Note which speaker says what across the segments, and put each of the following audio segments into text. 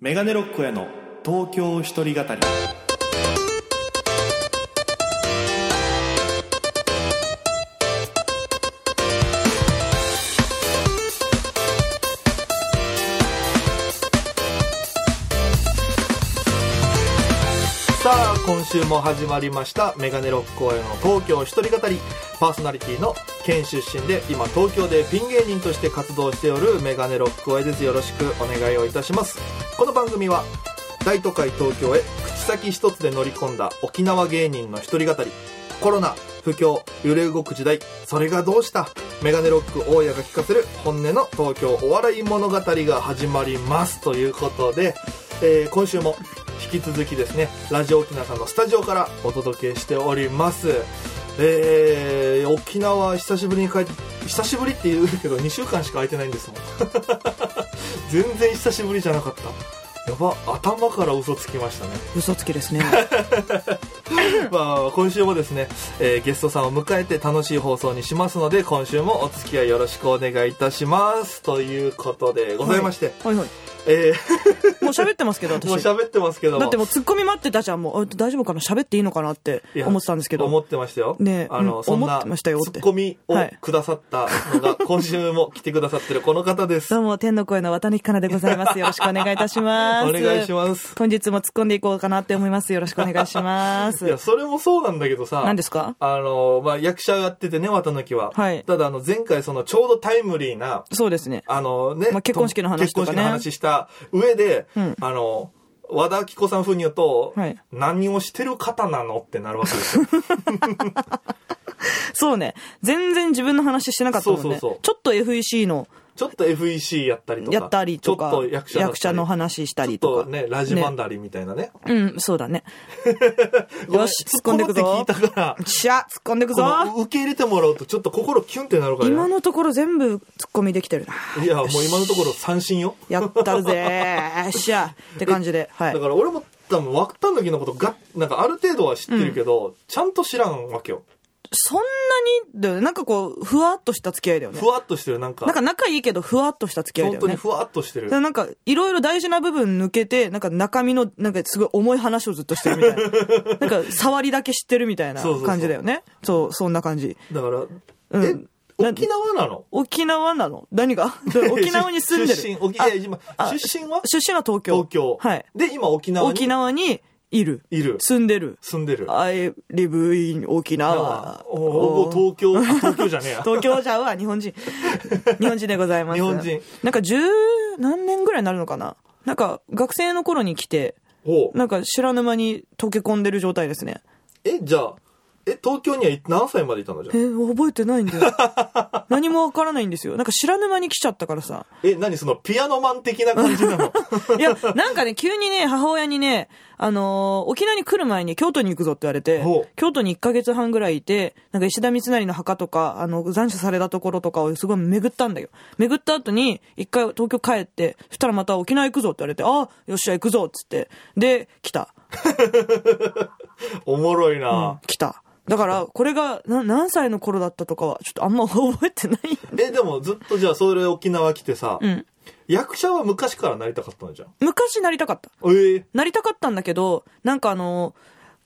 Speaker 1: メガネロックへの東京一人語り
Speaker 2: さあ今週も始まりました「メガネロック公演の東京一人語り」パーソナリティの県出身で今東京でピン芸人として活動しておるメガネロック公演ですよろしくお願いをいたしますこの番組は大都会東京へ口先一つで乗り込んだ沖縄芸人の一人語りコロナ不況揺れ動く時代それがどうしたメガネロック大家が聞かせる本音の東京お笑い物語が始まりますということで、えー今週も引き続きですねラジオ沖縄さんのスタジオからお届けしておりますえー、沖縄久しぶりに帰って久しぶりって言うけど2週間しか空いてないんですもん 全然久しぶりじゃなかったやば頭から嘘つきましたね
Speaker 3: 嘘つきですね
Speaker 2: まあ、今週もですね、えーゲストさんを迎えて楽しい放送にしますので今週もお付き合いよろしくお願いいたしますということでございまして、
Speaker 3: はいはい
Speaker 2: え
Speaker 3: もう喋ってますけ
Speaker 2: ー
Speaker 3: ど私
Speaker 2: もう喋ってますけども
Speaker 3: だってもうツッコミ待ってたじゃんもうあ大丈夫かな喋っていいのかなって
Speaker 2: いや
Speaker 3: 思ってたんですけ
Speaker 2: 思
Speaker 3: ど
Speaker 2: ってましたよ。
Speaker 3: ねえ
Speaker 2: あの、
Speaker 3: うん
Speaker 2: そん
Speaker 3: 思
Speaker 2: な、
Speaker 3: ってましたよって
Speaker 2: ツッコミを
Speaker 3: はい
Speaker 2: くださったのが、今週も来てくださってるこの方です。お
Speaker 3: どうも天の声の綿貫かなでございますよろしくお願いいたします
Speaker 2: 願いします。
Speaker 3: 本日も突っ込んでいこうかなって思いますよろしくお願いしま
Speaker 2: いや、
Speaker 3: す
Speaker 2: それもそうなんだけどさ、
Speaker 3: 何ですか
Speaker 2: あの、まあ、役者やっててね、綿貫は。
Speaker 3: はい
Speaker 2: ただ、あの、前回、その、ちょうどタイムリーな、
Speaker 3: そうですね
Speaker 2: あのね、
Speaker 3: まあ結婚式の話とか
Speaker 2: 結婚
Speaker 3: ね
Speaker 2: 式の話した上で、
Speaker 3: うん
Speaker 2: あの、和田アキ子さん風に言うと、
Speaker 3: はい
Speaker 2: 何をしてる方なのってなるわけ ですよ。
Speaker 3: そうね全然自分の話してなかったもんね
Speaker 2: そうそうそう
Speaker 3: ちょっと FEC の
Speaker 2: ちょっと FEC やったりとか。
Speaker 3: やったりとか
Speaker 2: ちょっと役者だったり
Speaker 3: の話したり
Speaker 2: ちょ
Speaker 3: と
Speaker 2: っ
Speaker 3: か
Speaker 2: とね、ラジバンダリーみたいなね。
Speaker 3: うんそう だね
Speaker 2: ごめ
Speaker 3: よし
Speaker 2: 突っ
Speaker 3: 突っ
Speaker 2: 込
Speaker 3: 込
Speaker 2: ん
Speaker 3: ん
Speaker 2: で
Speaker 3: で
Speaker 2: く
Speaker 3: く
Speaker 2: ぞ
Speaker 3: ぞ
Speaker 2: って聞いたから、
Speaker 3: しゃ突っ込んでく
Speaker 2: こ
Speaker 3: ぞ
Speaker 2: の受け入れてもらうとちょっと心キュンってなるからね
Speaker 3: 今のところ全部ツッコミできてるない
Speaker 2: や、もう今のところ三振よ。
Speaker 3: やったるぜ ーっしゃって感じで、はい
Speaker 2: だ。から俺も多分、わったんのきのことが、なんかある程度は知ってるけど、ちゃんと知らんわけよ。
Speaker 3: そんなに、だよね。なんかこう、ふわっとした付き合いだよね
Speaker 2: ふ。わっとしてる、なんか。
Speaker 3: なんか仲いいけど、ふわっとした付き合い
Speaker 2: 本
Speaker 3: だよ
Speaker 2: 当に
Speaker 3: ね。
Speaker 2: ふわっとしてる
Speaker 3: だか。らなんか、いろいろ大事な部分抜けて、なんか中身の、なんかすごい重い話をずっとしてるみた いな。なんか、触りだけ知ってるみたいな
Speaker 2: そうそうそう
Speaker 3: 感じだよね。そう、そんな感じ。
Speaker 2: だから、
Speaker 3: うん
Speaker 2: え、
Speaker 3: な
Speaker 2: 沖縄なの
Speaker 3: 沖縄なの何 が沖縄に住んでる。
Speaker 2: 出身、沖
Speaker 3: あ
Speaker 2: え今
Speaker 3: あ
Speaker 2: 出身は
Speaker 3: 出身は東京。
Speaker 2: 東京。
Speaker 3: はい。
Speaker 2: で、今沖縄
Speaker 3: 沖
Speaker 2: に
Speaker 3: 縄にいる。
Speaker 2: いる。
Speaker 3: 住んでる。
Speaker 2: 住んでる。
Speaker 3: I live in 沖
Speaker 2: あ
Speaker 3: 縄。
Speaker 2: おおお東京、あ東京じゃねえや。
Speaker 3: 東京じゃうわ、日 本人。日本人でございます。
Speaker 2: 日本人。
Speaker 3: なんか十何年ぐらいになるのかななんか学生の頃に来て、
Speaker 2: おう
Speaker 3: なんか知らぬ間に溶け込んでる状態ですね。
Speaker 2: え、じゃあ、え、東京にはい何歳までいたのじゃ
Speaker 3: え
Speaker 2: あ。、
Speaker 3: 覚えてない んだよ。何もわからないんですよ。なんか知らぬ間に来ちゃったからさ。
Speaker 2: え、何そのピアノマン的な感じな の
Speaker 3: いや、なんかね、急にね、母親にね、あのー沖縄に来る前に京都に行くぞって言われて
Speaker 2: ほう、
Speaker 3: 京都に1ヶ月半ぐらいいて、なんか石田三成の墓とか、あの、残暑されたところとかをすごい巡ったんだよ。巡った後に、一回東京帰って、そしたらまた沖縄行くぞって言われて、あよっしゃ行くぞっつって、で、来た。
Speaker 2: おもろいな、
Speaker 3: 来た。だから、これがな何歳の頃だったとかは、ちょっとあんま覚えてない。
Speaker 2: え、でもずっとじゃあそれ沖縄来てさ、
Speaker 3: うん。
Speaker 2: 役者は昔からなりたかったのじゃん。
Speaker 3: 昔なりたかった。
Speaker 2: えー、
Speaker 3: なりたかったんだけど、なんかあの、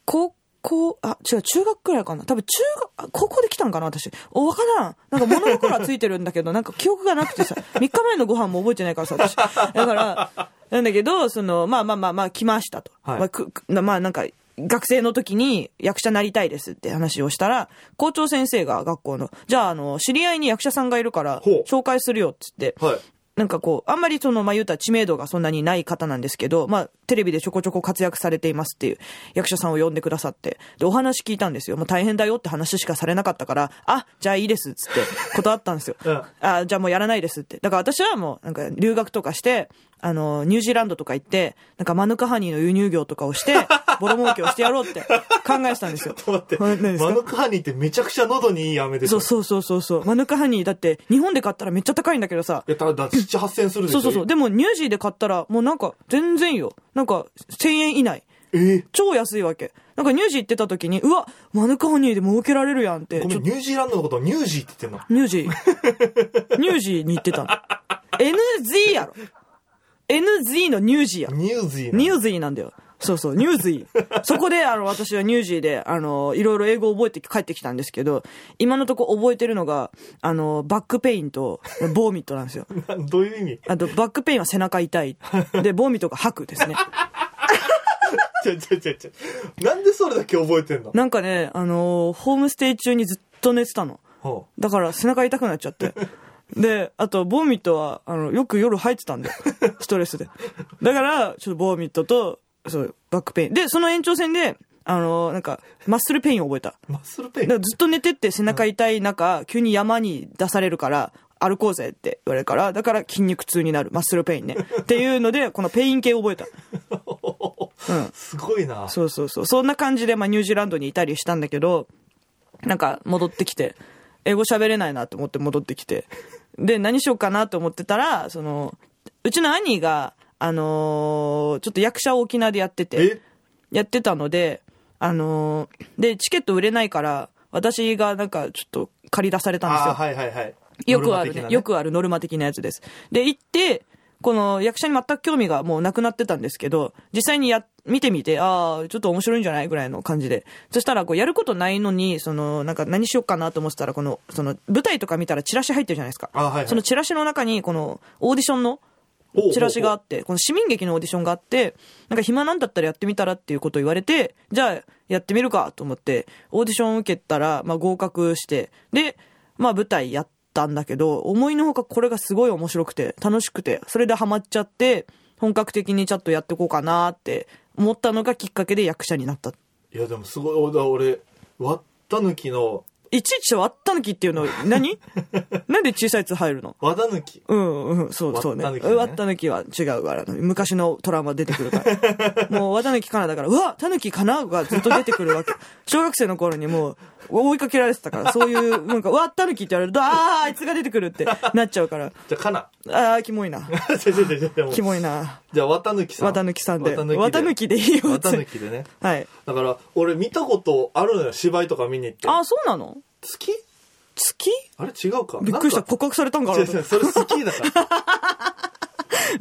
Speaker 3: 高校、あ、違う、中学くらいかな。多分中学、あ高校で来たんかな、私。お、わからん。なんか物心はついてるんだけど、なんか記憶がなくてさ、3日前のご飯も覚えてないからさ、私。だから、なんだけど、その、まあまあまあまあ、来ましたと。
Speaker 2: はい
Speaker 3: まあくくまあなんか、学生の時に役者なりたいですって話をしたら、校長先生が学校の、じゃあ、あの、知り合いに役者さんがいるから
Speaker 2: ほう、
Speaker 3: 紹介するよって言って、
Speaker 2: はい。
Speaker 3: なんかこう、あんまりその、まあ、言うたら知名度がそんなにない方なんですけど、まあ、テレビでちょこちょこ活躍されていますっていう役者さんを呼んでくださって、で、お話聞いたんですよ。もう大変だよって話しかされなかったから、あ、じゃあいいですっつって断ったんですよ。
Speaker 2: うん
Speaker 3: あ、じゃあもうやらないですって。だから私はもう、なんか留学とかして、あの、ニュージーランドとか行って、なんかマヌカハニーの輸入業とか をして、ボロ儲けをしてやろうって考えてたんですよ。
Speaker 2: ちょっと待
Speaker 3: は
Speaker 2: っ
Speaker 3: い
Speaker 2: て、
Speaker 3: 何ですか
Speaker 2: マヌカハニーってめちゃくちゃ喉にいい飴でし
Speaker 3: そ
Speaker 2: ょ。
Speaker 3: うそうそうそうそう。マヌカハニーだって、日本で買ったらめっちゃ高いんだけどさ、
Speaker 2: いや、ただ、7、8千するでし
Speaker 3: そ
Speaker 2: ょ。
Speaker 3: うそうそう。でも、ニュージーで買ったら、もうなんか、全然よ。なんか、1000円以内。
Speaker 2: えー
Speaker 3: 超安いわけ。なんか、ニュージー行ってた時に、うわ、マヌカハニーで儲けられるやんって。
Speaker 2: ごめ
Speaker 3: ちょ
Speaker 2: ん、ニュージーランドのことをニュージーって言ってんの
Speaker 3: ニュージー。ニュージーに行ってたの。NG やろ。 NZ のニュージーや。
Speaker 2: ニュージーな
Speaker 3: ニュージーなんだよ。そうそう、ニュージー。そこで、あの、私はニュージーで、あの、いろいろ英語を覚えて帰ってきたんですけど、今のとこ覚えてるのが、あの、バックペインと、ボーミットなんですよ。
Speaker 2: どういう意味
Speaker 3: あと、バックペインは背中痛い。で、ボーミットが吐くですね。
Speaker 2: ちょちょちょちょ。なんでそれだけ覚えてんの
Speaker 3: なんかね、あの、ホームステイ中にずっと寝てたの。
Speaker 2: ほ
Speaker 3: だから背中痛くなっちゃって。で、あと、ボーミットは、あの、よく夜入ってたんだよ。ストレスで。だから、ちょっとボーミットと、そう、バックペイン。で、その延長戦で、あの、なんか、マッスルペインを覚えた。
Speaker 2: うマッスルペイ
Speaker 3: だ
Speaker 2: ン
Speaker 3: からずっと寝てって背中痛い中、急に山に出されるから、歩こうぜって言われるから、だから筋肉痛になる。マッスルペインね。っていうので、このペイン系を覚えた。うん。
Speaker 2: すごいな。
Speaker 3: そうそうそう。そんな感じで、まあ、ニュージーランドにいたりしたんだけど、なんか戻ってきて、英語喋れないなと思って戻ってきて。で、何しようかなと思ってたら、その、うちの兄が、あのーちょっと役者を沖縄でやってて
Speaker 2: え、
Speaker 3: やってたので、あのーで、チケット売れないから、私がなんかちょっと借り出されたんです
Speaker 2: あ
Speaker 3: よ
Speaker 2: あ、。はいはいはい。
Speaker 3: よくあ
Speaker 2: ノル
Speaker 3: る
Speaker 2: マ的
Speaker 3: ね
Speaker 2: な
Speaker 3: よくあるノルマ的なやつです。で、行って、この役者に全く興味がもうなくなってたんですけど、実際にや、見てみて、ああ、ちょっと面白いんじゃないぐらいの感じで。そしたら、こう、やることないのに、その、なんか何しようかなと思ってたら、この、その、舞台とか見たらチラシ入ってるじゃないですか。
Speaker 2: あーはいはい
Speaker 3: そのチラシの中に、この、オーディション
Speaker 2: お
Speaker 3: の
Speaker 2: うおうおう
Speaker 3: チラシがあって、この市民劇のオーディションがあって、なんか暇なんだったらやってみたらっていうことを言われて、じゃあやってみるかと思って、オーディションを受けたら、まあ合格して、で、まあ舞台やったんだけど、思いのほかこれがすごい面白くて、楽しくて、それでハマっちゃって、本格的にちょっとやってこうかなって思ったのがきっかけで役者になった。
Speaker 2: いやでもすごい、俺、俺割った抜きの、
Speaker 3: いちいち割った抜きっていうの 何なんで小さいやつ入るの
Speaker 2: 和田抜き。
Speaker 3: うんうん、そうそうね。
Speaker 2: わっ
Speaker 3: 割
Speaker 2: た抜
Speaker 3: っ
Speaker 2: きね
Speaker 3: た抜きは違うから、昔のトラウマ出てく るから。もう、わたぬきかなだから、うわたぬきかながずっと出てくるわけ。小学生の頃にもう、追いかけられてたから、そういう、なんか、わったぬきって言われると、ああ、あいつが出てくるってなっちゃうから、
Speaker 2: じゃあ、かな。
Speaker 3: ああ、キモいな。
Speaker 2: じゃじゃじゃじゃでも
Speaker 3: キモいな。
Speaker 2: じゃあ、綿抜きさん。
Speaker 3: わたぬきさんで。わた
Speaker 2: 綿
Speaker 3: ぬ
Speaker 2: 抜き
Speaker 3: きでいい
Speaker 2: で。
Speaker 3: よ。
Speaker 2: 綿抜きでね。
Speaker 3: はい。
Speaker 2: だから、俺見たことあるのよ、芝居とか見に行って。
Speaker 3: ああ、そうなの
Speaker 2: 月
Speaker 3: 月
Speaker 2: あれ違うか。
Speaker 3: びっくりした。
Speaker 2: なんか
Speaker 3: 告白されたんか
Speaker 2: 違
Speaker 3: な
Speaker 2: う違う、それ好きだ から。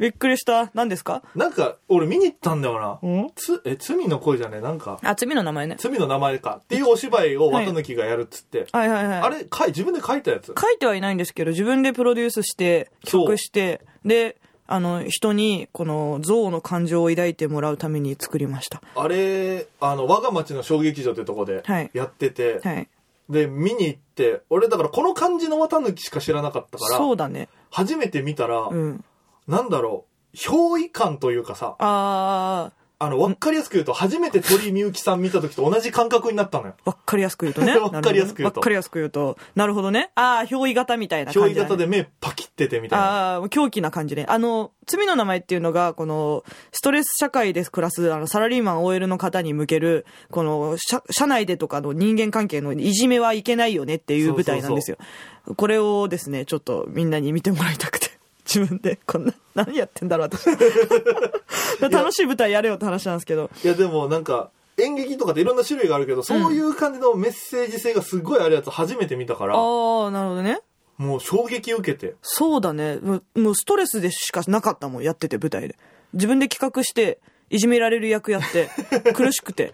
Speaker 3: びっくりした。何ですか
Speaker 2: なんか、俺見に行ったんだよ
Speaker 3: ん
Speaker 2: な。つ、え、罪の恋じゃねえなんか、
Speaker 3: あ、罪の名前ね。
Speaker 2: 罪の名前か。っていうお芝居を綿貫がやるっつって。
Speaker 3: はいはいはい。
Speaker 2: あれ、かい、自分で書いたやつ。
Speaker 3: 書いてはいないんですけど、自分でプロデュースして、
Speaker 2: そう
Speaker 3: 企画して、で、あの、人に、この、憎悪の感情を抱いてもらうために作りました。
Speaker 2: あれ、あの、我が町の小劇場ってとこで
Speaker 3: はい
Speaker 2: やってて、
Speaker 3: はい。
Speaker 2: で、見に行って、俺だからこの感じの綿貫しか知らなかったから、
Speaker 3: そうだね。
Speaker 2: 初めて見たら、
Speaker 3: うん。
Speaker 2: なんだろう、憑依感というかさ、
Speaker 3: あ
Speaker 2: あの、わかりやすく言うと、初めて鳥みゆきさん見た時と同じ感覚になったのよ。
Speaker 3: ー、わっかりやすく言うとね。
Speaker 2: わっかりやすく言うと
Speaker 3: わっかりやすく言うと。なるほどね。ああ、憑依型みたいな感
Speaker 2: 憑
Speaker 3: じ、
Speaker 2: 依
Speaker 3: ね。
Speaker 2: 型で目パキっててみたいな。
Speaker 3: ああ、狂気な感じね。あの、罪の名前っていうのが、この、ストレス社会で暮らす、あの、サラリーマン OL の方に向ける、この、社、社内でとかの人間関係のいじめはいけないよねっていう舞台なんですよ。これをですね、ちょっとみんなに見てもらいたくて。 自分で、こんな、何やってんだろ う、私。楽しい舞台やれよって話なんですけど。
Speaker 2: いや、でもなんか、演劇とかっていろんな種類があるけど、そういう感じのメッセージ性がすごいあるやつ初めて見たから、
Speaker 3: ああ、なるほどね。
Speaker 2: もう衝撃受けて。
Speaker 3: そうだね。もう、もうストレスでしかなかったもん、やってて、舞台で。自分で企画して、いじめられる役やって、苦しくて。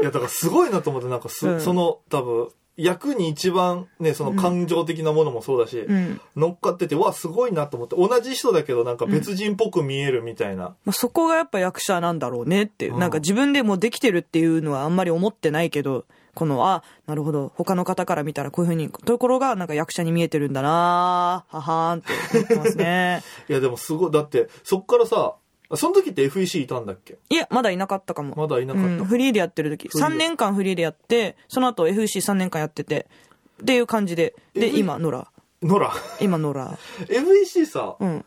Speaker 2: いや、だからすごいなと思って、なんかす、
Speaker 3: うん
Speaker 2: その、多分、役に一番ね、その感情的なものもそうだし、
Speaker 3: ん
Speaker 2: 乗っかってて、うわ、すごいなと思って、同じ人だけどなんか別人っぽく見えるみたいな。
Speaker 3: まあ、そこがやっぱ役者なんだろうねっていう、
Speaker 2: うん
Speaker 3: なんか自分でもうできてるっていうのはあんまり思ってないけど、この、あ、なるほど、他の方から見たらこういうふうに、ところがなんか役者に見えてるんだなぁははーんって思ってます ね。
Speaker 2: いや、でもすごい、だって、そっからさ、その時って FEC いたんだっけ
Speaker 3: いや、まだいなかったかも。
Speaker 2: まだいなかった
Speaker 3: うんフリーでやってる時。
Speaker 2: フリー
Speaker 3: 3年間フリーでやって、その後 FC3 年間やってて、っていう感じで。で、
Speaker 2: え
Speaker 3: 今、ノラ。
Speaker 2: ノラ。
Speaker 3: 今、ノラ。
Speaker 2: FEC さ、
Speaker 3: うん。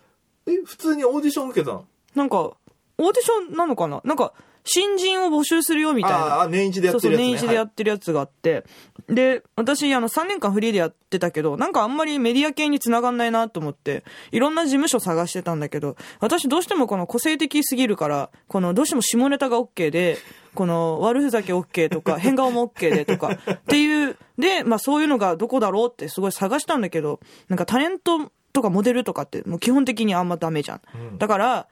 Speaker 2: え、普通にオーディション受けたの
Speaker 3: なんか、オーディションなのかななんか、新人を募集するよみたいな
Speaker 2: あ。あ、年一でやってるやつ、ね。
Speaker 3: そうそう、年一でやってるやつがあって。で、私、あの、3年間フリーでやってたけど、なんかあんまりメディア系に繋がんないなと思って、いろんな事務所探してたんだけど、私どうしてもこの個性的すぎるから、この、どうしても下ネタが OK で、この、悪ふざけ OK と か、変顔も OK でとか、っていう、で、まあそういうのがどこだろうってすごい探したんだけど、なんかタレントとかモデルとかってもう基本的にあんまダメじゃん。だから、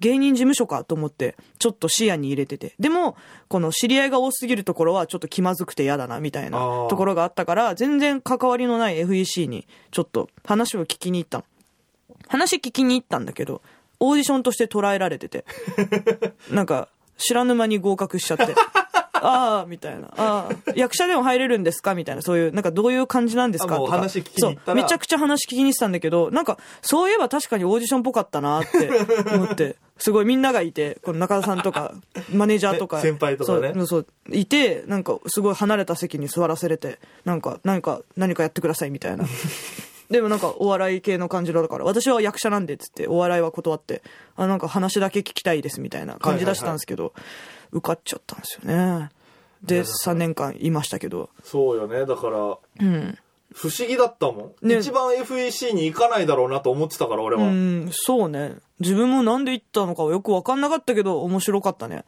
Speaker 3: 芸人事務所かと思って、ちょっと視野に入れてて。でも、この知り合いが多すぎるところはちょっと気まずくて嫌だな、みたいな
Speaker 2: あー
Speaker 3: ところがあったから、全然関わりのない FEC にちょっと話を聞きに行ったの。話聞きに行ったんだけど、オーディションとして捉えられて て。なんか、知らぬ間に合格しち ゃって。ああ、みたいな。ああ、役者でも入れるんですかみたいな、そういう、なんかどういう感じなんですか
Speaker 2: あも
Speaker 3: と
Speaker 2: う
Speaker 3: か。
Speaker 2: 話聞きに行ったら
Speaker 3: そうめちゃくちゃ話聞きにしてたんだけど、なんか、そういえば確かにオーディションっぽかったなって思 って、すごいみんながいて、この中田さんとか、マネージャーとか、
Speaker 2: ね先輩とかね
Speaker 3: そうそう、いて、なんか、すごい離れた席に座らせれて、なんか、何か、何かやってくださいみた いな。でもなんかお笑い系の感じだから、私は役者なんでっつって、お笑いは断って、あ、なんか話だけ聞きたいですみたいな感じ出したんですけど、受かっちゃったんですよね。で、3年間いましたけど。
Speaker 2: そうよねだから
Speaker 3: うん。
Speaker 2: 不思議だったもん、
Speaker 3: ね
Speaker 2: 一番 FEC に行かないだろうなと思ってたから俺は、
Speaker 3: うん、そうね。自分もなんで行ったのかはよくわかんなかったけど、面白かったね。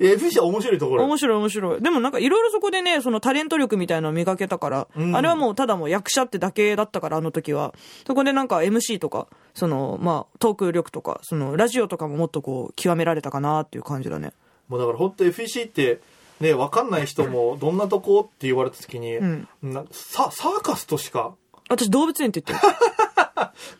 Speaker 2: いや FEC は面白いところ
Speaker 3: 面白い面白い。でもなんかいろいろそこでね、そのタレント力みたいなのを磨けたから、
Speaker 2: ん
Speaker 3: あれはもうただもう役者ってだけだったから、あの時は。そこでなんか MC とか、その、まあ、トーク力とか、その、ラジオとかももっとこう、極められたかなっていう感じだね。
Speaker 2: もうだから本当 FEC ってね分かんない人もどんなとこって言われた時に、
Speaker 3: ん
Speaker 2: なササーカスとしか
Speaker 3: 私動物園って言っ てる。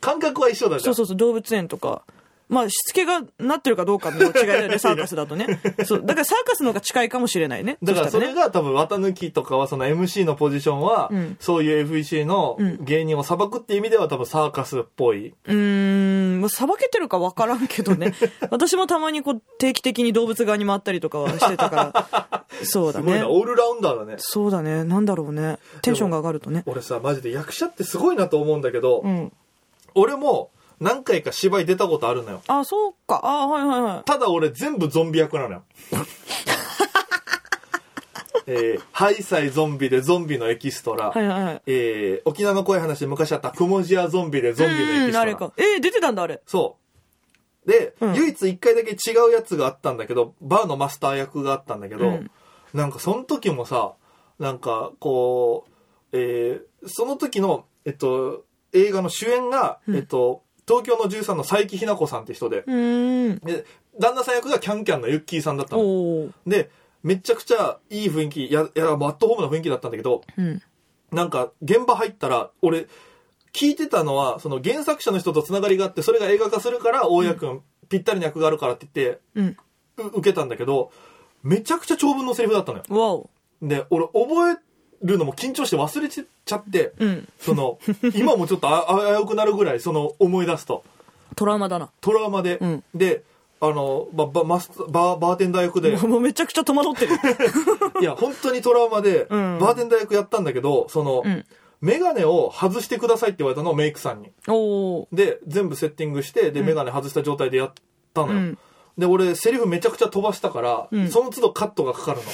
Speaker 2: 感覚は一緒だじゃ
Speaker 3: そうんそうそう、動物園とか。まあ、しつけがなってるかどうかの違い だよね、サーカスだとね。そう。だからサーカスの方が近いかもしれないね。
Speaker 2: だから
Speaker 3: した
Speaker 2: そ
Speaker 3: ね
Speaker 2: れが多分綿貫とかはその MC のポジションは、
Speaker 3: ん
Speaker 2: そういう FEC の芸人を裁くって意味では多分サーカスっぽい、
Speaker 3: うーん、もうさばけてるかわからんけど ね。私もたまにこう、定期的に動物側に回ったりとかはしてたから。 そうだ
Speaker 2: すごい
Speaker 3: ね
Speaker 2: な。オールラウンダーだね
Speaker 3: そうだね。なんだろうね。テンションが上がるとね。
Speaker 2: 俺さマジで役者ってすごいなと思うんだけど、
Speaker 3: うん。
Speaker 2: 俺も何回か芝居出たことあるのよ
Speaker 3: あ、そうか。あ、はいはいは
Speaker 2: ただ俺全部ゾンビ役なのよ。 えー、ハイサイゾンビでゾンビのエキストラ。
Speaker 3: い。はいはいはい。
Speaker 2: えー、沖縄の怖い話で昔あったクモジアゾンビでゾンビのエ
Speaker 3: う
Speaker 2: キス
Speaker 3: ん、あ
Speaker 2: ト
Speaker 3: れ
Speaker 2: ラ。
Speaker 3: か。えー出てたんだ、あれ。
Speaker 2: そう。で、
Speaker 3: うん
Speaker 2: 唯一一回だけ違うやつがあったんだけど、バーのマスター役があったんだけど、
Speaker 3: うん
Speaker 2: なんかその時もさ、なんかこう、えーその時の、えっと、映画の主演が、えっと、東京の13の佐伯ひな子さんって人で、
Speaker 3: うーん。
Speaker 2: で旦那さん役がキャンキャンのユッキーさんだったの
Speaker 3: おー。
Speaker 2: でめちゃくちゃいい雰囲気ややアットホームな雰囲気だったんだけど
Speaker 3: うん。
Speaker 2: なんか現場入ったら俺聞いてたのはその原作者の人とつながりがあってそれが映画化するから大家君ぴったりの役があるからって言って
Speaker 3: うん。
Speaker 2: う受けたんだけどめちゃくちゃ長文のセリフだったのよ
Speaker 3: わお。
Speaker 2: で俺覚えるのも緊張して忘れちゃって
Speaker 3: うん。
Speaker 2: その今もちょっとあ あ危うくなるぐらいその思い出すと
Speaker 3: トラウマだな。
Speaker 2: トラウマで、
Speaker 3: うん
Speaker 2: であのばばマスバーバーテンダー役で
Speaker 3: もう めちゃくちゃ戸惑ってる。
Speaker 2: いや、本当にトラウマで、
Speaker 3: うん
Speaker 2: バーテンダー役やったんだけど、その、
Speaker 3: うん
Speaker 2: メガネを外してくださいって言われたのをメイクさんに。
Speaker 3: おー。
Speaker 2: で、全部セッティングして、で、メガネ外した状態でやったのよ。
Speaker 3: うん
Speaker 2: で、俺、セリフめちゃくちゃ飛ばしたから、
Speaker 3: うん
Speaker 2: その都度カットがかか るの。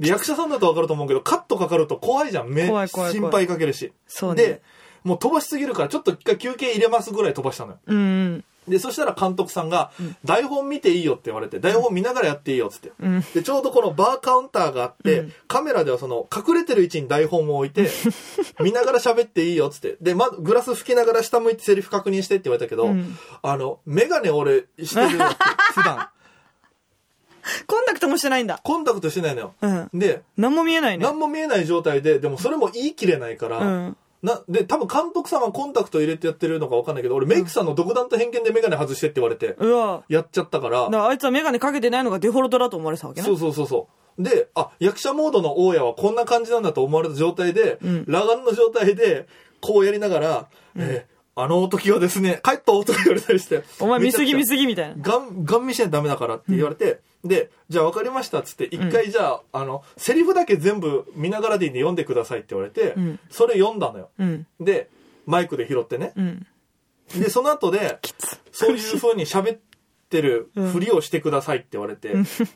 Speaker 2: で、役者さんだとわかると思うけど、カットかかると怖いじゃん。め
Speaker 3: 怖い怖い怖い
Speaker 2: 心配かけるし。
Speaker 3: そうね
Speaker 2: で、もう飛ばしすぎるから、ちょっと一回休憩入れますぐらい飛ばしたのよ。
Speaker 3: うんうん。
Speaker 2: で、そしたら監督さんが、台本見ていいよって言われて、台本見ながらやっていいよっつって。
Speaker 3: ん
Speaker 2: で、ちょうどこのバーカウンターがあって、カメラではその、隠れてる位置に台本を置い て、見ながら喋っていいよっつって。で、ま、グラス拭きながら下向いてセリフ確認してって言われたけど、
Speaker 3: うん
Speaker 2: あの、メガネ俺してるよって、普 段。
Speaker 3: コンタクトもしてないんだ。
Speaker 2: コンタクトしてないのよ。
Speaker 3: うん。
Speaker 2: で、
Speaker 3: 何も見えないね。
Speaker 2: 何も見えない状態で、でもそれも言い切れないから、
Speaker 3: うん。
Speaker 2: な、で、多分監督さんはコンタクト入れてやってるのかわかんないけど、俺メイクさんの独断と偏見でメガネ外してって言われて、
Speaker 3: うわ。
Speaker 2: やっちゃったから、
Speaker 3: だからあいつはメガネかけてないのがデフォルトだと思われてたわけね。
Speaker 2: そうそうそうそう。で、あ、役者モードの大家はこんな感じなんだと思われた状態で、
Speaker 3: うん
Speaker 2: 裸眼の状態で、こうやりながら、えーあの時はですね、帰ったとか言われたりして。
Speaker 3: お前見すぎ見
Speaker 2: ぎ。
Speaker 3: すぎみたいな。
Speaker 2: ガン、ガン見しないとダメだからって言われて、で、じゃあ分かりましたっつって、一回じゃあ、あの、セリフだけ全部見ながらでいいんで読んでくださいって言われて、
Speaker 3: うん
Speaker 2: それ読んだのよ。
Speaker 3: うん。
Speaker 2: で、マイクで拾ってね。
Speaker 3: うん。
Speaker 2: で、その後で、そういう風に喋ってるふりをしてくださいって言われて、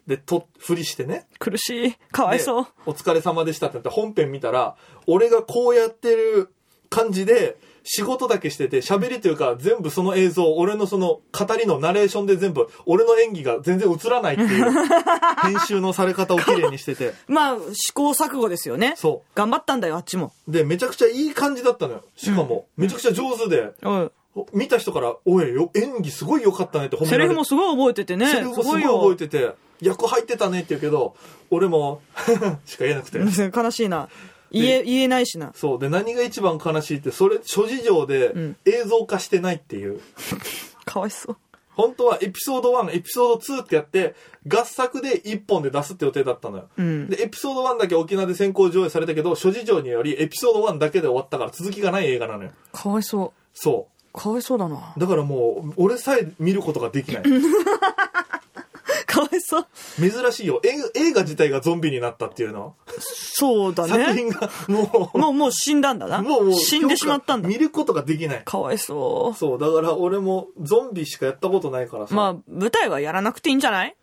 Speaker 2: で、と、ふりしてね。
Speaker 3: 苦しい。かわいそう
Speaker 2: で。お疲れ様でしたってなって本編見たら、俺がこうやってる感じで、仕事だけしてて、喋りというか、全部その映像、俺のその語りのナレーションで全部、俺の演技が全然映らないって いう、編集のされ方を綺麗にしてて。
Speaker 3: まあ、試行錯誤ですよね。
Speaker 2: そう
Speaker 3: 頑張ったんだよ、あっちも。
Speaker 2: で、めちゃくちゃいい感じだったのよ。しかも、めちゃくちゃ上手で、
Speaker 3: うん。
Speaker 2: 見た人から、おいよ、演技すごい良かったねって褒めら
Speaker 3: セ
Speaker 2: れ
Speaker 3: リ
Speaker 2: て
Speaker 3: フもすごい覚えててね。
Speaker 2: セリフもすごい
Speaker 3: よ
Speaker 2: 覚えてて、役入ってたねって言うけど、俺も、 しか言えなくて。
Speaker 3: 悲しいな。言え、言えないしな。
Speaker 2: そう。で、何が一番悲しいって、それ、諸事情で
Speaker 3: ん
Speaker 2: 映像化してないっていう。
Speaker 3: かわいそう。
Speaker 2: 本当はエピソード1、エピソード2ってやって、合作で1本で出すって予定だったのよ。
Speaker 3: うん
Speaker 2: で、エピソード1だけ沖縄で先行上映されたけど、諸事情によりエピソード1だけで終わったから続きがない映画なのよ。
Speaker 3: かわいそ。
Speaker 2: そう
Speaker 3: かわいそうだな
Speaker 2: う。。だからもう、俺さえ見ることができない。
Speaker 3: かわいそう。
Speaker 2: 珍しいよ。え映画自体がゾンビになったっていうの。
Speaker 3: そうだ
Speaker 2: 作
Speaker 3: ね。
Speaker 2: 品がもう、
Speaker 3: もう、もう死んだん だな。
Speaker 2: もうもう
Speaker 3: 死んでしまったんだ
Speaker 2: 見。ることができない。
Speaker 3: かわいそ
Speaker 2: そう、だから俺もゾンビしかやったことないから
Speaker 3: う。
Speaker 2: さ。
Speaker 3: まあ、舞台はやらなくていいんじゃない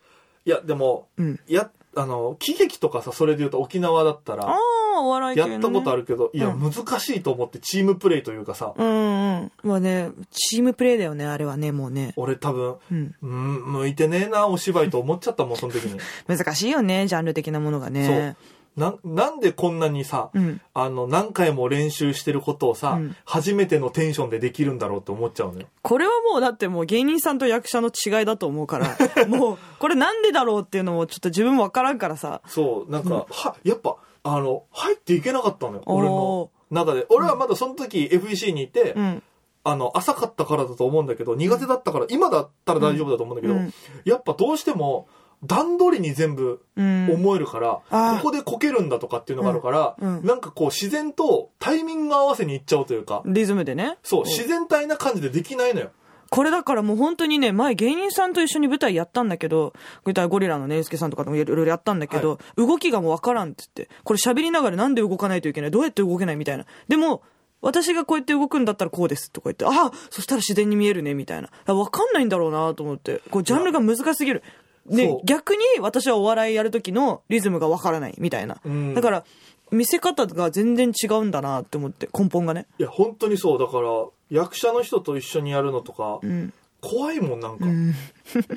Speaker 2: いや、でも、
Speaker 3: うん
Speaker 2: や、あの、喜劇とかさ、それで言うと沖縄だった
Speaker 3: あ
Speaker 2: ら、
Speaker 3: あ、お笑い系
Speaker 2: や
Speaker 3: の、ね。
Speaker 2: ったことあるけど、いや、
Speaker 3: う
Speaker 2: 難しいと思ってチームプレイというかさ、
Speaker 3: うんうん。まあね、チームプレーだよね、あれはね、もうね。
Speaker 2: 俺多分、
Speaker 3: うん。
Speaker 2: うん、向いてねえな、お芝居と思っちゃったもん、その時 に。
Speaker 3: 難しいよね、ジャンル的なものがね。
Speaker 2: な、なんでこんなにさ、
Speaker 3: うん
Speaker 2: あの、何回も練習してることをさ、
Speaker 3: うん
Speaker 2: 初めてのテンションでできるんだろうって思っちゃうのよ。
Speaker 3: これはもうだってもう芸人さんと役者の違いだと思う から、もうこれなんでだろうっていうのもちょっと自分もわからんからさ。
Speaker 2: そう、なんか、は、やっぱ、あの、入っていけなかったのよ、
Speaker 3: おー
Speaker 2: 俺の中で。俺はまだその時 FEC にいて、
Speaker 3: うん。
Speaker 2: あの、浅かったからだと思うんだけど、苦手だったから、今だったら大丈夫だと思うんだけど、
Speaker 3: うん
Speaker 2: やっぱどうしても、段取りに全部
Speaker 3: うん。
Speaker 2: 思えるから、
Speaker 3: あー
Speaker 2: ここでこけるんだとかっていうのがあるから、
Speaker 3: うんうん
Speaker 2: なんかこう自然とタイミング合わせにいっちゃうというか、
Speaker 3: リズムでね。
Speaker 2: そう、
Speaker 3: ん
Speaker 2: 自然体な感じでできないのよ。
Speaker 3: これだからもう本当にね、前芸人さんと一緒に舞台やったんだけど、舞台ゴリラのね、ゆうすけさんとかともいろいろやったんだけど、動きがもうわからんって言って、これ喋りながらなんで動かないといけないどうやって動けないみたいな。でも、私がこうやって動くんだったらこうですとか言って、ああそしたら自然に見えるねみたいな。あわかんないんだろうなと思って。こう、ジャンルが難しすぎる。
Speaker 2: そ
Speaker 3: ね
Speaker 2: う、
Speaker 3: 逆に私はお笑いやる時のリズムがわからないみたいな。
Speaker 2: ん
Speaker 3: だから、見せ方が全然違うんだなって思って、根本がね。
Speaker 2: いや、本当にそう、だから、役者の人と一緒にやるのとか、
Speaker 3: ん
Speaker 2: 怖いもん、なんか。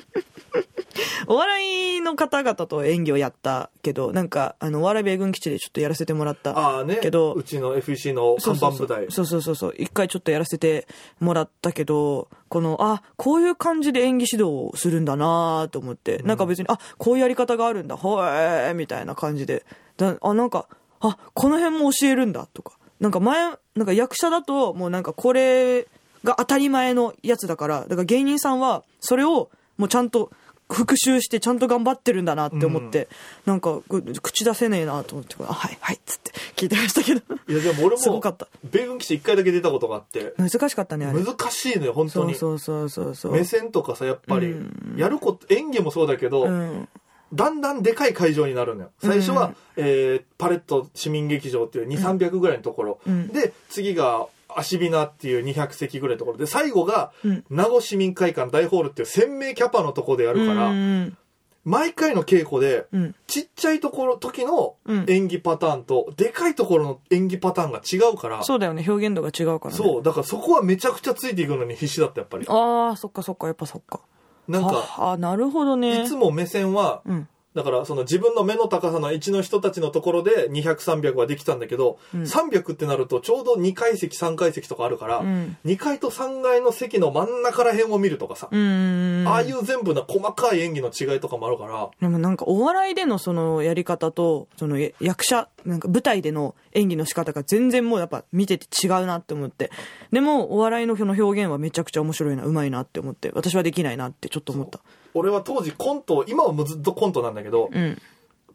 Speaker 3: お笑いの方々と演技をやったけど、なんか、あの、お笑い米軍基地でちょっとやらせてもらった。
Speaker 2: ああね、
Speaker 3: けど
Speaker 2: うちの FEC の看板舞台。
Speaker 3: そうそうそうそうそうそうそう。一回ちょっとやらせてもらったけど、この、あ、こういう感じで演技指導をするんだなと思って、なんか別に、あ、こういうやり方があるんだ、ほえー、みたいな感じで。だあ、なんか、あ、この辺も教えるんだ、とか。なんか前、なんか役者だと、もうなんかこれが当たり前のやつだから、だから芸人さんは、それをもうちゃんと、復習してちゃんと頑張ってるんだなって思って、なんかこう口出せねえなと思って、あはいはいっつって聞いてましたけど。
Speaker 2: いや、でも俺
Speaker 3: すご
Speaker 2: も
Speaker 3: かった、
Speaker 2: 米軍基地一回だけ出たことがあって、
Speaker 3: 難しかったねあれ
Speaker 2: 難しいのよ、本当
Speaker 3: そう
Speaker 2: に。
Speaker 3: そうそうそうそう
Speaker 2: 目線とかさやっぱり、やること演技もそうだけど、
Speaker 3: うん
Speaker 2: だんだんでかい会場になるのよ最初は、えーパレット市民劇場っていう2300ぐらいのところ、
Speaker 3: うん
Speaker 2: で次が芦ビナっていう200席ぐらいのところで最後が、
Speaker 3: うん
Speaker 2: 名護市民会館大ホールっていう1000名キャパのところでやるから、
Speaker 3: うん
Speaker 2: 毎回の稽古で、
Speaker 3: うん
Speaker 2: ちっちゃいところ時の
Speaker 3: うん
Speaker 2: 演技パターンと、でかいところの演技パターンが違うから
Speaker 3: そうだよね表現度が違うからね
Speaker 2: そうだからそこはめちゃくちゃついていくのに必死だったやっぱり
Speaker 3: ああそっかそっかやっぱそっか
Speaker 2: なんか
Speaker 3: ああなるほどね
Speaker 2: いつも目線は
Speaker 3: うん
Speaker 2: だからその自分の目の高さの位置の人たちのところで200300はできたんだけど、
Speaker 3: うん
Speaker 2: 300ってなるとちょうど2階席3階席とかあるから、
Speaker 3: うん
Speaker 2: 2階と3階の席の真ん中ら辺を見るとかさ、
Speaker 3: うんうんうん
Speaker 2: ああいう全部な細かい演技の違いとかもあるから
Speaker 3: でもなんかお笑いでのそのやり方とそのや役者なんか舞台での演技の仕方が全然もうやっぱ見てて違うなって思ってでもお笑いのその表現はめちゃくちゃ面白いなうまいなって思って私はできないなってちょっと思った
Speaker 2: 俺は当時コント今はもうずっとコントなんだけど、
Speaker 3: うん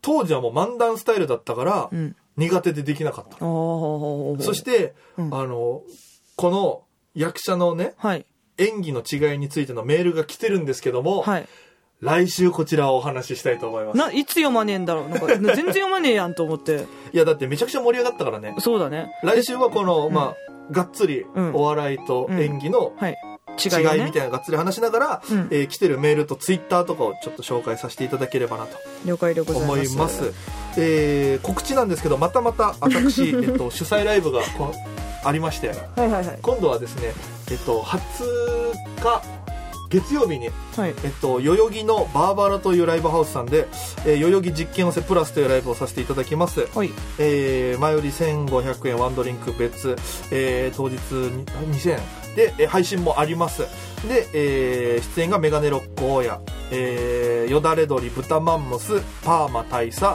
Speaker 2: 当時はもう漫談スタイルだったから、
Speaker 3: うん
Speaker 2: 苦手でできなかった、
Speaker 3: ああ
Speaker 2: そして、
Speaker 3: うん
Speaker 2: あのこの役者のね
Speaker 3: はい
Speaker 2: 演技の違いについてのメールが来てるんですけども、
Speaker 3: はい
Speaker 2: 来週こちらをお話ししたいと思います
Speaker 3: ないつ読まねえんだろうなんか全然読まねえやんと思って
Speaker 2: いやだってめちゃくちゃ盛り上がったからね
Speaker 3: そうだね
Speaker 2: 来週はこの、まあがっつり
Speaker 3: うん
Speaker 2: お笑いと演技の
Speaker 3: はい違い,、ね、
Speaker 2: 違いみたいながっつり話しながら、
Speaker 3: うん
Speaker 2: えー来てるメールとツイッターとかをちょっと紹介させていただければなと
Speaker 3: 了解でござい
Speaker 2: 思
Speaker 3: ま
Speaker 2: い
Speaker 3: す
Speaker 2: ますえー告知なんですけどまたまた 私、えっと、主催ライブがこありまして
Speaker 3: はいはいはい。
Speaker 2: 今度はですね、えっと、20日月曜日に、
Speaker 3: はい。
Speaker 2: えっと、代々木のバーバラというライブハウスさんで、えー代々木実験をせプラスというライブをさせていただきます、
Speaker 3: はい。
Speaker 2: えー前より1500円ワンドリンク別、えー当日にあ2000円で、えー配信もありますで、えー出演がメガネロック大家、えーよだれ鳥豚マンモスパーマ大佐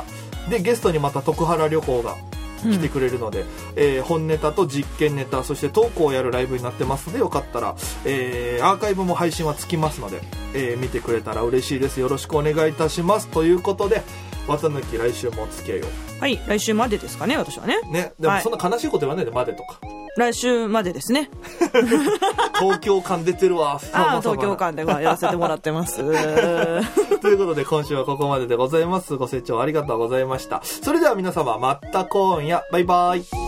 Speaker 2: でゲストにまた徳原旅行が来てくれるので、えー本ネタと実験ネタそしてトークをやるライブになってますのでよかったら、えーアーカイブも配信はつきますので、えー見てくれたら嬉しいですよろしくお願いいたしますということで綿貫来週もお付き合いを
Speaker 3: はい。来週までですかね、私はね。
Speaker 2: ね、でも
Speaker 3: はい
Speaker 2: そんな悲しいこと言わないで、までとか。
Speaker 3: 来週までですね。
Speaker 2: 東京感出てる わ、
Speaker 3: ああ、
Speaker 2: さまざま
Speaker 3: 東京館ではやらせてもらって ます。
Speaker 2: ということで、今週はここまででございます。ご清聴ありがとうございました。それでは皆様、また今夜、バイバイ。